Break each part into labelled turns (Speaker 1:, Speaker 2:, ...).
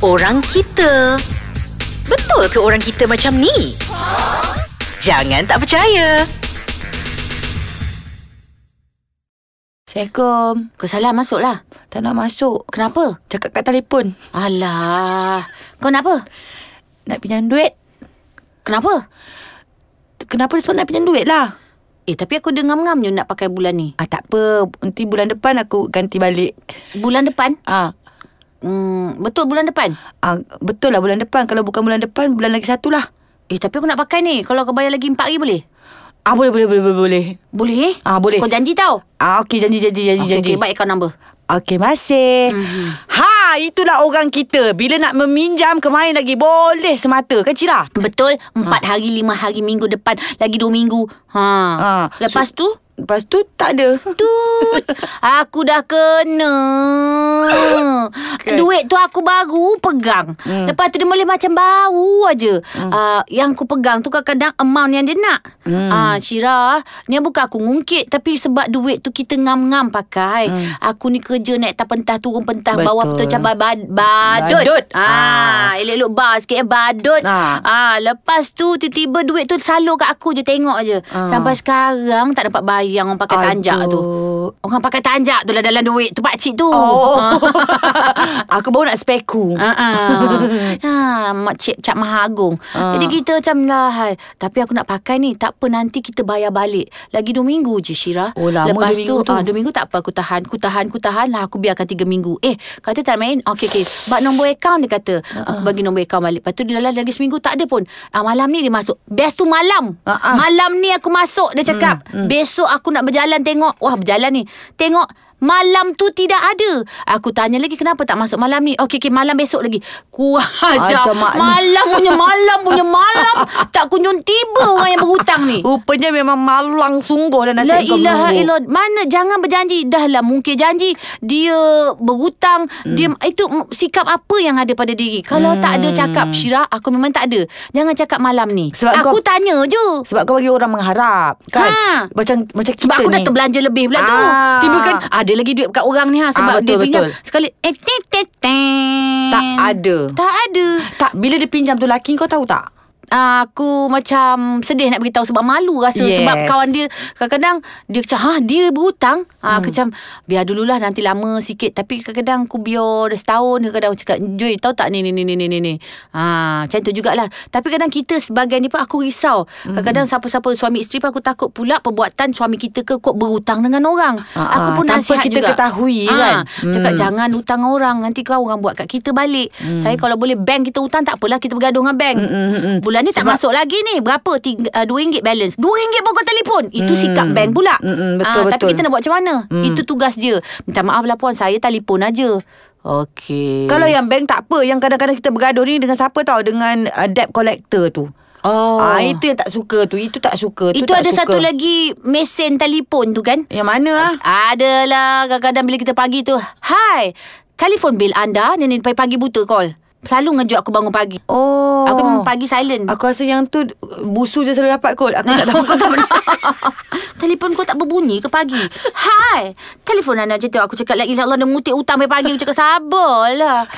Speaker 1: orang kita. Betul ke orang kita macam ni? Jangan tak percaya.
Speaker 2: Assalamualaikum.
Speaker 3: Kau salah masuklah.
Speaker 2: Tak nak masuk.
Speaker 3: Kenapa?
Speaker 2: Cakap kat telefon.
Speaker 3: Alah. Kau nak apa?
Speaker 2: Nak pinjam duit.
Speaker 3: Kenapa?
Speaker 2: Kenapa sebab nak pinjam duit lah.
Speaker 3: Eh, tapi aku dengar ngam je nak pakai bulan ni.
Speaker 2: Ah, tak apa. Nanti bulan depan aku ganti balik.
Speaker 3: Bulan depan?
Speaker 2: Ah,
Speaker 3: Hmm, betul bulan depan?
Speaker 2: ah betul lah bulan depan. Kalau bukan bulan depan, bulan lagi satu lah.
Speaker 3: Eh, tapi aku nak pakai ni. Kalau kau bayar lagi 4 hari boleh?
Speaker 2: Ah, boleh, boleh, boleh, boleh. boleh.
Speaker 3: Boleh eh?
Speaker 2: Ah, boleh.
Speaker 3: Kau janji tau?
Speaker 2: Ah, okey. Janji, janji, janji,
Speaker 3: Okey,
Speaker 2: janji. Eh.
Speaker 3: okay, baik kau number.
Speaker 2: Okey,
Speaker 1: Hmm.
Speaker 2: masih.
Speaker 3: Mhm.
Speaker 2: Ha, itulah orang kita. Bila nak meminjam kemarin lagi boleh semata. Kan, Cira?
Speaker 3: Betul, empat hari, lima hari, minggu depan, lagi dua minggu. Ha.
Speaker 2: Ah,
Speaker 3: Lepas tu,
Speaker 2: Lepas tu tak ada.
Speaker 3: tut, aku dah kena.
Speaker 2: Kan.
Speaker 3: Duit tu aku baru pegang.
Speaker 2: Hmm.
Speaker 3: Lepas tu dia boleh macam bau aja. Ah, yang aku pegang tu kadang-kadang amount yang dia nak.
Speaker 2: Hmm.
Speaker 3: Ah, Syira, ni bukan aku ngungkit tapi sebab duit tu kita ngam-ngam pakai. Aku ni kerja naik tak pentah turun pentah
Speaker 2: Hmm. Betul.
Speaker 3: bawah betul macam ba- ba- badut.
Speaker 2: Badut.
Speaker 3: Ah, elok-elok bar sikit eh, badut.
Speaker 2: Ah.
Speaker 3: Ah, lepas tu tiba-tiba duit tu salur kat aku je tengok je.
Speaker 2: Ah.
Speaker 3: Sampai sekarang tak dapat bayang orang pakai tanjak tu.
Speaker 2: Aduh.
Speaker 3: Orang pakai tanjak tu lah dalam duit tu pakcik tu.
Speaker 2: Oh.
Speaker 3: Ah.
Speaker 2: aku baru nak speku.
Speaker 3: Ah, ah. ha, mak cik Cak Maha Agong.
Speaker 2: Ah.
Speaker 3: Jadi kita macam lah hai. Tapi aku nak pakai ni tak apa nanti kita bayar balik. Lagi dua minggu je Syira.
Speaker 2: Oh, lama dua
Speaker 3: Lepas tu,
Speaker 2: minggu tu.
Speaker 3: Ah, dua minggu tak apa aku tahan. Aku tahan, aku tahan lah aku biarkan tiga minggu. Eh kata tak main. Okey okey. Bak nombor akaun dia kata.
Speaker 2: Ha,
Speaker 3: Aku bagi nombor akaun balik. Lepas tu dia lalas lagi seminggu tak ada pun. Ah, malam ni dia masuk. Best tu malam.
Speaker 2: Ah, ah.
Speaker 3: Malam ni aku masuk dia cakap.
Speaker 2: Hmm,
Speaker 3: Besok aku nak berjalan tengok. Wah berjalan ni. Tengok Malam tu tidak ada. Aku tanya lagi kenapa tak masuk malam ni. Okey okey malam besok lagi. Kuah ajar.
Speaker 2: Ajar mak ni.
Speaker 3: Malam punya malam punya malam tak kunjung tiba orang yang berhutang ni.
Speaker 2: Rupanya memang malang sungguh dan
Speaker 3: La
Speaker 2: nasib kau
Speaker 3: ilaha
Speaker 2: menunggu.
Speaker 3: illallah. Mana jangan berjanji. Dah lah mungkin janji. Dia berhutang.
Speaker 2: Hmm.
Speaker 3: Dia itu m- sikap apa yang ada pada diri. Kalau tak ada cakap. Syirah aku memang tak ada. Jangan cakap malam ni.
Speaker 2: Hmm. Sebab
Speaker 3: aku
Speaker 2: kau-
Speaker 3: tanya je.
Speaker 2: Sebab kau bagi orang mengharap kan.
Speaker 3: Ha.
Speaker 2: Macam macam kita
Speaker 3: Sebab aku
Speaker 2: ni.
Speaker 3: dah terbelanja lebih pula tu.
Speaker 2: Ah.
Speaker 3: Tiba kan ada lagi duit kat orang ni ha sebab
Speaker 2: betul,
Speaker 3: dia pinjam
Speaker 2: betul.
Speaker 3: sekali eh ten, ten, ten.
Speaker 2: Tak ada.
Speaker 3: Tak ada.
Speaker 2: Tak bila dia pinjam tu laki kau tahu tak?
Speaker 3: Ah, aku macam sedih nak beritahu sebab malu rasa
Speaker 2: Yes.
Speaker 3: sebab kawan dia kadang-kadang dia macam ha dia berhutang. Ah,
Speaker 2: Hmm.
Speaker 3: aku macam biar dululah nanti lama sikit tapi kadang-kadang aku biar dah setahun kadang-kadang aku cakap Joy tahu tak ni ni ni ni ni ni, ni. Ah, macam tu jugalah. Tapi kadang kita sebagai ni pun aku risau.
Speaker 2: Hmm.
Speaker 3: Kadang-kadang siapa-siapa suami isteri pun aku takut pula perbuatan suami kita ke kot berhutang dengan orang.
Speaker 2: Ah,
Speaker 3: aku
Speaker 2: ah,
Speaker 3: pun
Speaker 2: tanpa
Speaker 3: nasihat
Speaker 2: kita
Speaker 3: juga.
Speaker 2: ketahui,
Speaker 3: Ah,
Speaker 2: kan?
Speaker 3: Cakap
Speaker 2: Hmm.
Speaker 3: jangan Jangan hutang orang Nanti kau orang buat kat kita balik hmm. Saya kalau boleh bank kita hutang Tak apalah kita bergaduh dengan bank
Speaker 2: mm, mm, mm.
Speaker 3: Bulan ni tak masuk lagi ni Berapa Tiga, uh, RM2 balance RM2 pun kau telefon Itu sikap bank pula
Speaker 2: Mm, mm, betul,
Speaker 3: Ah, Tapi
Speaker 2: betul.
Speaker 3: kita nak buat macam mana hmm. Itu tugas dia Minta maaf lah puan Saya telefon aja Okey
Speaker 2: Kalau yang bank tak apa Yang kadang-kadang kita bergaduh ni Dengan siapa tau Dengan uh, debt collector tu
Speaker 3: oh.
Speaker 2: oh. ah, Itu yang tak suka tu Itu tak suka tu
Speaker 3: Itu
Speaker 2: tak
Speaker 3: ada
Speaker 2: suka.
Speaker 3: satu lagi Mesin telefon tu kan
Speaker 2: Yang mana lah
Speaker 3: Adalah kadang-kadang bila kita pagi tu Hai Telefon bil anda Nenek pagi-pagi buta call Selalu ngejuk aku bangun pagi
Speaker 2: Oh
Speaker 3: Aku memang pagi silent
Speaker 2: Aku rasa yang tu Busu je selalu dapat kot Aku tak tahu kau tak pernah
Speaker 3: Telefon kau tak berbunyi ke pagi Hai Telefon anak macam tu Aku cakap lagi Allah dia mengutip hutang sampai pagi Aku cakap sabarlah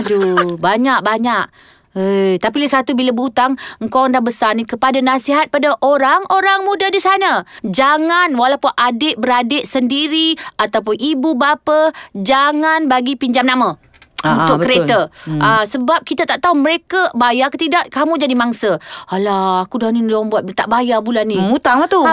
Speaker 3: Aduh Banyak-banyak Eh, tapi lagi satu bila berhutang Engkau orang dah besar ni Kepada nasihat pada orang-orang muda di sana Jangan walaupun adik-beradik sendiri Ataupun ibu bapa Jangan bagi pinjam nama
Speaker 2: Ah,
Speaker 3: untuk
Speaker 2: betul.
Speaker 3: kereta hmm. ah, Sebab kita tak tahu mereka bayar ke tidak Kamu jadi mangsa Alah aku dah ni dia orang buat tak bayar bulan ni
Speaker 2: Mutang lah tu
Speaker 3: Ha,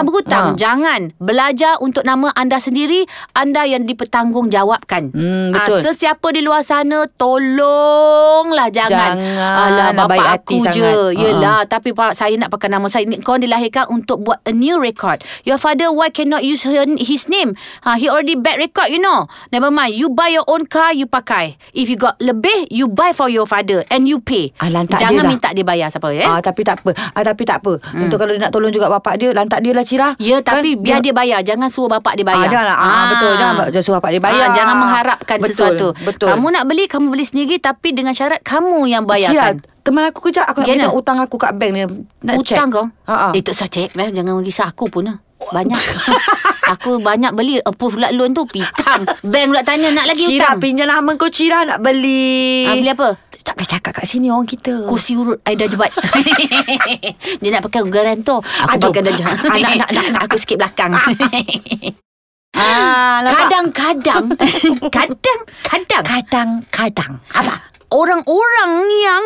Speaker 2: Ah.
Speaker 3: berhutang. Ha. Jangan. Belajar untuk nama anda sendiri. Anda yang dipertanggungjawabkan.
Speaker 2: Hmm,
Speaker 3: Ah,
Speaker 2: betul.
Speaker 3: sesiapa di luar sana, tolonglah jangan.
Speaker 2: Jangan.
Speaker 3: Alah, bapak
Speaker 2: Baik hati
Speaker 3: aku je.
Speaker 2: sangat. Ha.
Speaker 3: Yelah, tapi pak, saya nak pakai nama saya. Ni- Korang dilahirkan untuk buat a new record. Your father, why cannot use her, his name? Ha, he already bad record, you know. Never mind. You buy your own car, you pakai. If you got lebih, you buy for your father and you pay.
Speaker 2: Ah, lantak dia
Speaker 3: jangan
Speaker 2: lah.
Speaker 3: minta dia bayar siapa, eh?
Speaker 2: Ah tapi tak apa. Ah tapi tak apa. Hmm. Untuk kalau dia nak tolong juga bapak dia, lantak dia lah Cira.
Speaker 3: Ya tapi kan, biar dia bayar Jangan suruh bapak dia
Speaker 2: Ah,
Speaker 3: bayar
Speaker 2: janganlah. Ah, betul. Jangan ba- jangan suruh bapak dia bayar.
Speaker 3: ah, Jangan mengharapkan
Speaker 2: Betul,
Speaker 3: sesuatu
Speaker 2: betul.
Speaker 3: Kamu nak beli Kamu beli sendiri Tapi dengan syarat Kamu yang
Speaker 2: Cira,
Speaker 3: bayarkan
Speaker 2: lah. teman aku kerja aku nak
Speaker 3: Gana?
Speaker 2: minta utang aku kat bank ni. Nak check.
Speaker 3: Hutang kau
Speaker 2: Ha ah.
Speaker 3: Eh tak usah cek lah Jangan risau aku pun lah Banyak Aku banyak beli Approve pula loan tu Pitam Bank pula tanya Nak lagi
Speaker 2: Cira
Speaker 3: hutang
Speaker 2: pinjam nama kau Cira lah, nak beli.
Speaker 3: ah, Beli apa
Speaker 2: Tak boleh cakap kat sini orang kita.
Speaker 3: Kursi urut Aida jebat Dia nak pakai ugaran tu Aku
Speaker 2: Aduh.
Speaker 3: pakai dah jahat
Speaker 2: Ah, nak, nak, nak, nak.
Speaker 3: Aku sikit belakang
Speaker 2: Ah, kadang
Speaker 3: Kadang-kadang Kadang-kadang
Speaker 2: kadang kadang.
Speaker 3: Apa? Orang-orang yang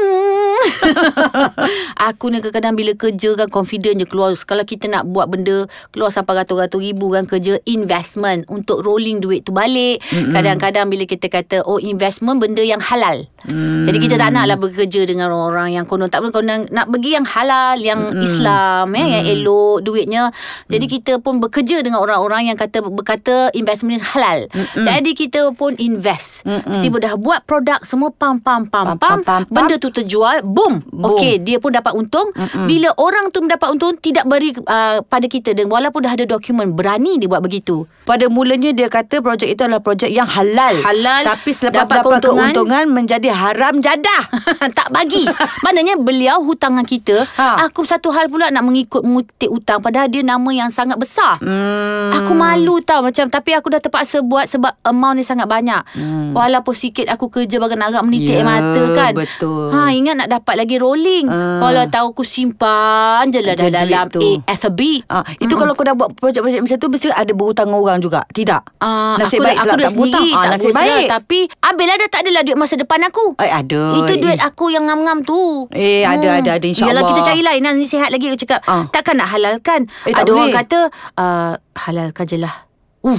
Speaker 3: Aku ni kadang-kadang bila kerja kan Confident je keluar Kalau kita nak buat benda Keluar sampai ratus-ratus ribu kan kerja Investment Untuk rolling duit tu balik Kadang-kadang bila kita kata Oh investment benda yang halal mm. Jadi kita tak naklah bekerja dengan orang-orang Yang konon tak boleh konon Nak pergi yang halal Yang mm. Islam eh, Yang elok duitnya Jadi
Speaker 2: Mm.
Speaker 3: kita pun bekerja dengan orang-orang Yang kata berkata investment ni halal mm Jadi kita pun invest
Speaker 2: Mm-mm.
Speaker 3: Tiba tiba dah buat produk semua pam pam pam
Speaker 2: Pam, pam,
Speaker 3: pam,
Speaker 2: pam, pam.
Speaker 3: benda tu terjual boom,
Speaker 2: Boom.
Speaker 3: okey dia pun dapat untung Mm-mm. bila orang tu mendapat untung tidak beri uh, pada kita dan walaupun dah ada dokumen berani dia buat begitu
Speaker 2: Pada mulanya dia kata projek itu adalah projek yang halal.
Speaker 3: Halal,
Speaker 2: Tapi selepas
Speaker 3: dapat
Speaker 2: dapat, dapat keuntungan,
Speaker 3: keuntungan,
Speaker 2: keuntungan menjadi haram jadah.
Speaker 3: tak bagi maknanya beliau hutang dengan kita
Speaker 2: Ha.
Speaker 3: aku satu hal pula nak mengikut mengutip hutang padahal dia nama yang sangat besar
Speaker 2: Hmm.
Speaker 3: Aku malu tau macam Tapi aku dah terpaksa buat Sebab amount ni sangat banyak
Speaker 2: Hmm.
Speaker 3: Walaupun sikit aku kerja Bagai arak menitik
Speaker 2: Ya,
Speaker 3: yeah, mata kan
Speaker 2: betul.
Speaker 3: ha, Ingat nak dapat lagi rolling
Speaker 2: Ah.
Speaker 3: Kalau tahu aku simpan je lah
Speaker 2: Ajar
Speaker 3: Dah
Speaker 2: duit
Speaker 3: dalam
Speaker 2: tu.
Speaker 3: ASB
Speaker 2: Ah, itu mm-hmm. kalau kau dah buat projek-projek macam tu mesti ada berhutang dengan orang juga. Tidak.
Speaker 3: Ah,
Speaker 2: Nasib
Speaker 3: aku,
Speaker 2: baik
Speaker 3: aku
Speaker 2: pula
Speaker 3: dah
Speaker 2: tak berhutang.
Speaker 3: sendiri
Speaker 2: Ah,
Speaker 3: tak
Speaker 2: nasib
Speaker 3: berusaha,
Speaker 2: baik.
Speaker 3: Tapi Habislah dah tak adalah duit masa depan aku
Speaker 2: Eh, ada.
Speaker 3: Itu duit aku yang ngam-ngam tu
Speaker 2: Eh, ada, ada, ada, insyaAllah.
Speaker 3: Hmm. Yalah kita cari lah. lain Nah, ni sihat lagi Aku cakap
Speaker 2: Ah.
Speaker 3: Takkan nak halalkan
Speaker 2: Eh, tak
Speaker 3: Ada orang
Speaker 2: boleh.
Speaker 3: kata uh, Halalkan je lah Uh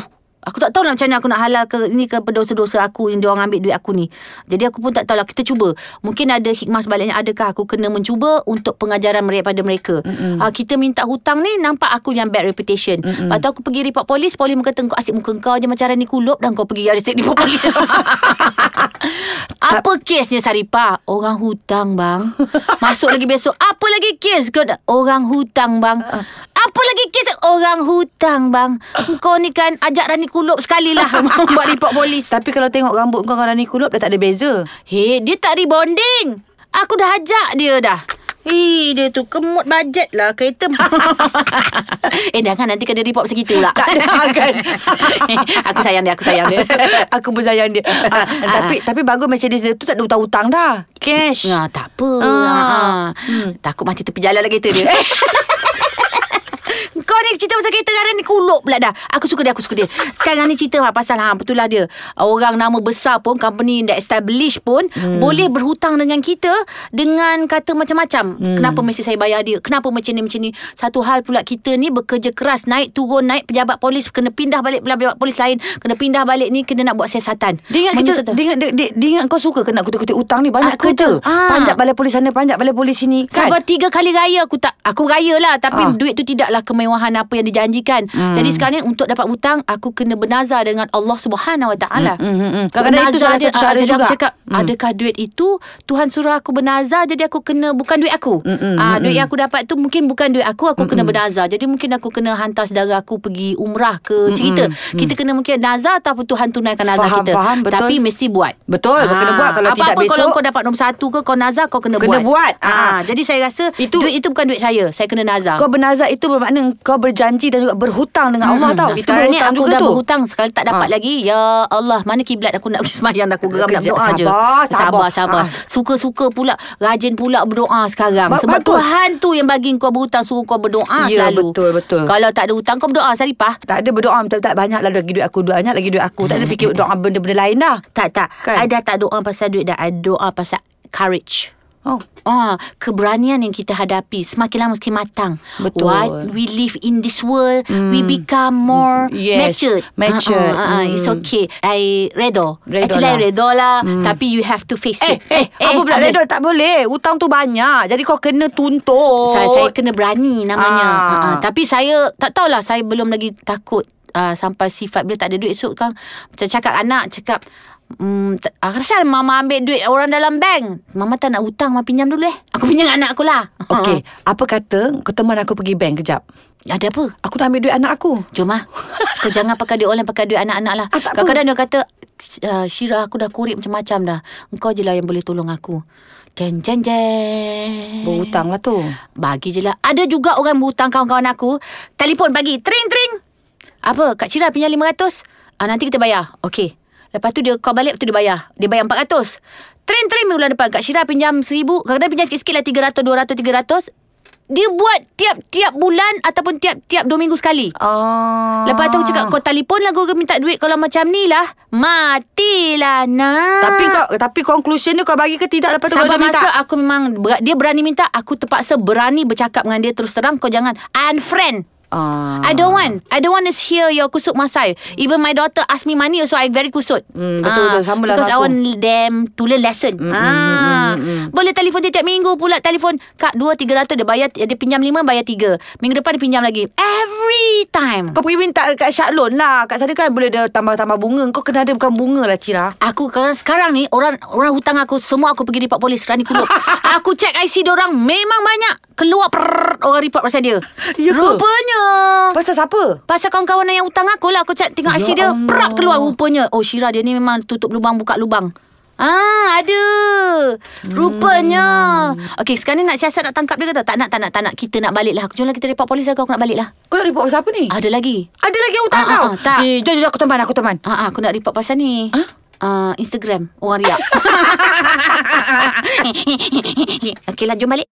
Speaker 3: Aku tak tahu lah macam mana aku nak halal ke ni ke dosa-dosa aku yang diorang ambil duit aku ni. Jadi aku pun tak tahu lah. Kita cuba. Mungkin ada hikmah sebaliknya adakah aku kena mencuba untuk pengajaran mereka pada mereka.
Speaker 2: Mm-mm.
Speaker 3: Ah, kita minta hutang ni nampak aku yang bad reputation.
Speaker 2: Mm-mm.
Speaker 3: Lepas tu aku pergi report polis, polis kata kau asyik muka kau je macam Rani Kulop dan kau pergi arsik report polis. Apa kesnya Saripah? Orang hutang bang. Masuk lagi besok. Apa lagi kes? Kau nak- Orang hutang bang. Apa lagi kes? Orang hutang bang. Kau ni kan ajak Rani Kulop sekali lah buat report polis.
Speaker 2: Tapi kalau tengok rambut kau dengan Rani Kulop dah tak ada beza.
Speaker 3: Hei, dia tak rebonding. Aku dah ajak dia dah. Ih, dia tu kemut bajet lah kereta. eh, jangan nanti kena report pasal kita pula.
Speaker 2: Tak ada kan.
Speaker 3: aku sayang dia, aku sayang dia.
Speaker 2: Aku bersayang dia. Ah, tapi tapi bagus macam dia tu tak ada hutang-hutang dah. Cash.
Speaker 3: Nah, tak apa.
Speaker 2: Ah.
Speaker 3: Ah. Hmm. Takut mati tepi jalan lah kereta dia. Kau ni cerita pasal kereta Sekarang ni kuluk pula dah Aku suka dia Aku suka dia Sekarang ni cerita lah Pasal ha, betul lah dia Orang nama besar pun Company yang dah establish pun hmm. Boleh berhutang dengan kita Dengan kata macam-macam hmm. Kenapa mesti saya bayar dia Kenapa macam ni macam ni Satu hal pula Kita ni bekerja keras Naik turun Naik pejabat polis Kena pindah balik Pejabat polis lain Kena pindah balik ni Kena nak buat siasatan
Speaker 2: Dia ingat kita,
Speaker 3: Menyusahkan.
Speaker 2: dia ingat, dia, dia, dia ingat kau suka kena kutip-kutip hutang ni banyak
Speaker 3: Aku
Speaker 2: kerja.
Speaker 3: tu, ah.
Speaker 2: Panjat balai polis sana, panjat balai polis sini. Kan?
Speaker 3: Sampai tiga kali raya aku tak aku raya lah tapi
Speaker 2: Ah.
Speaker 3: duit tu tidaklah kemewahan apa yang dijanjikan.
Speaker 2: Hmm.
Speaker 3: Jadi sekarang ni untuk dapat hutang aku kena bernazar dengan Allah Subhanahu Wa Taala.
Speaker 2: Hmm, hmm, hmm. Kadang-kadang itu
Speaker 3: Bernazar
Speaker 2: salah
Speaker 3: dia,
Speaker 2: satu
Speaker 3: ah,
Speaker 2: cara
Speaker 3: jadi
Speaker 2: juga. Hmm.
Speaker 3: Aku cakap, adakah duit itu Tuhan suruh aku bernazar jadi aku kena bukan duit aku.
Speaker 2: Mm-mm,
Speaker 3: Ah duit yang aku dapat tu mungkin bukan duit aku
Speaker 2: Hmm,
Speaker 3: aku kena bernazar. Jadi mungkin aku kena hantar saudara aku pergi umrah ke cerita. Kita kena mungkin nazar ataupun Tuhan tunaikan nazar
Speaker 2: Hmm, Faham,
Speaker 3: kita.
Speaker 2: faham, betul.
Speaker 3: Tapi mesti buat.
Speaker 2: Betul, kau kena buat. Kalau
Speaker 3: Ah. apa-apa
Speaker 2: tidak
Speaker 3: kalau
Speaker 2: besok-
Speaker 3: kau dapat nombor satu ke kau nazar kau kena,
Speaker 2: Kena buat.
Speaker 3: buat.
Speaker 2: Ah.
Speaker 3: Ah, jadi saya rasa
Speaker 2: Itu-
Speaker 3: itu duit itu bukan duit saya. Saya kena nazar.
Speaker 2: Kau bernazar itu bermakna kau berjanji dan juga berhutang dengan Allah tau.
Speaker 3: Nah,
Speaker 2: Itu
Speaker 3: sekarang ni
Speaker 2: berhutang
Speaker 3: aku
Speaker 2: juga
Speaker 3: dah
Speaker 2: tu.
Speaker 3: berhutang Sekali tak dapat
Speaker 2: Ah.
Speaker 3: lagi Ya Allah Mana kiblat aku nak pergi semayang Aku geram nak
Speaker 2: Kejap,
Speaker 3: berdoa je
Speaker 2: sabar, sabar.
Speaker 3: Sabar sabar
Speaker 2: Ah.
Speaker 3: Suka-suka pula Rajin pula berdoa sekarang
Speaker 2: Ba-
Speaker 3: Sebab
Speaker 2: bagus.
Speaker 3: Tuhan tu yang bagi kau berhutang Suruh kau berdoa
Speaker 2: Ya,
Speaker 3: selalu
Speaker 2: betul, betul.
Speaker 3: Kalau tak ada hutang kau berdoa Saripah
Speaker 2: Tak ada berdoa minta tak banyak lah lagi duit aku banyak lagi duit aku. Tak ada fikir doa benda-benda lain dah.
Speaker 3: Tak tak
Speaker 2: Kan?
Speaker 3: I dah tak doa pasal duit Dah I doa pasal courage
Speaker 2: Oh.
Speaker 3: Ah, keberanian yang kita hadapi semakin lama semakin matang.
Speaker 2: Betul. Hmm.
Speaker 3: What we live in this world, we become more
Speaker 2: Mm, Yes,
Speaker 3: matured.
Speaker 2: matured.
Speaker 3: Ah, ah, ah, ah, It's
Speaker 2: Hmm.
Speaker 3: okay. I redo.
Speaker 2: Redha
Speaker 3: Actually
Speaker 2: lah.
Speaker 3: I redo lah, tapi you have to face
Speaker 2: Eh,
Speaker 3: it.
Speaker 2: eh, apa pula
Speaker 3: Abel,
Speaker 2: Redo tak boleh. Hutang tu banyak. Jadi kau kena tuntut.
Speaker 3: Saya, saya kena berani
Speaker 2: Oh.
Speaker 3: namanya.
Speaker 2: Ah.
Speaker 3: Ah. ah. tapi saya tak tahulah saya belum lagi takut ah, sampai sifat bila tak ada duit esok kan macam cakap anak cakap Hmm, t- ah, asal mama ambil duit orang dalam bank. Mama tak nak hutang, mama pinjam dulu eh. Aku pinjam dengan anak aku lah.
Speaker 2: Okey, apa kata kau teman aku pergi bank kejap?
Speaker 3: Ada apa?
Speaker 2: Aku nak ambil duit anak aku.
Speaker 3: Jom lah Kau jangan pakai duit orang Pakai duit anak-anak lah
Speaker 2: Ah, tak apa.
Speaker 3: Kadang-kadang dia kata uh, Syirah aku dah korek macam-macam dah Engkau je lah yang boleh tolong aku Jen jen jen
Speaker 2: Berhutang lah tu.
Speaker 3: Bagi je lah Ada juga orang berhutang kawan-kawan aku Telefon bagi Tring tring Apa Kak Syirah pinjam RM500 ah, Nanti kita bayar Okey Lepas tu dia kau balik Lepas tu dia bayar Dia bayar RM400 Train-train bulan depan Kak Syirah pinjam RM1,000 Kadang-kadang pinjam sikit-sikit lah RM300, RM200, RM300 dia buat tiap-tiap bulan ataupun tiap-tiap dua minggu sekali.
Speaker 2: Ah.
Speaker 3: Lepas tu aku cakap kau telefon lah kau minta duit kalau macam ni lah. Matilah nak.
Speaker 2: Tapi kau tapi conclusion tu kau bagi ke tidak lepas tu
Speaker 3: Sampai
Speaker 2: kau nak
Speaker 3: masa
Speaker 2: minta.
Speaker 3: aku memang ber- Dia berani minta Aku terpaksa berani bercakap dengan dia Terus terang kau jangan Unfriend
Speaker 2: Ah.
Speaker 3: I don't want I don't want to hear your kusut masai Even my daughter ask me money Also I very kusut Ah,
Speaker 2: Hmm, betul, betul. Sama lah
Speaker 3: Because
Speaker 2: dengan
Speaker 3: I want them to learn lesson mm, ah.
Speaker 2: mm, mm, mm.
Speaker 3: Boleh telefon dia tiap minggu pula Telefon Kak 2-300 dia bayar Dia pinjam 5 bayar 3 Minggu depan dia pinjam lagi Every time
Speaker 2: Kau pergi minta kat Syak Loan lah. Kat sana kan boleh dia tambah-tambah bunga. Kau kena ada bukan bunga lah Cira.
Speaker 3: Aku sekarang, sekarang ni orang orang hutang aku semua aku pergi report polis Rani Kulub. aku cek IC dia orang memang banyak keluar prrr, orang report pasal dia.
Speaker 2: Ya ke?
Speaker 3: Rupanya.
Speaker 2: Pasal siapa?
Speaker 3: Pasal kawan-kawan yang hutang aku lah Aku cek tengok
Speaker 2: Ya
Speaker 3: IC dia
Speaker 2: Allah.
Speaker 3: Perap keluar rupanya Oh Syira dia ni memang tutup lubang Buka lubang Ah, ada.
Speaker 2: Hmm.
Speaker 3: Rupanya. Okey, sekarang ni nak siasat nak tangkap dia ke tak? Tak nak, tak nak, tak nak. Kita nak balik lah. Jomlah kita report polis lah. Aku nak balik lah.
Speaker 2: Kau nak report pasal apa ni?
Speaker 3: Ada lagi.
Speaker 2: Ada lagi yang hutang
Speaker 3: Ah, ah,
Speaker 2: kau?
Speaker 3: ah, tak.
Speaker 2: Eh, jom, jom, aku teman, aku teman.
Speaker 3: Ah, ah, aku nak report pasal ni. Ah, Huh? Uh, Instagram Orang riak Okey lah jom balik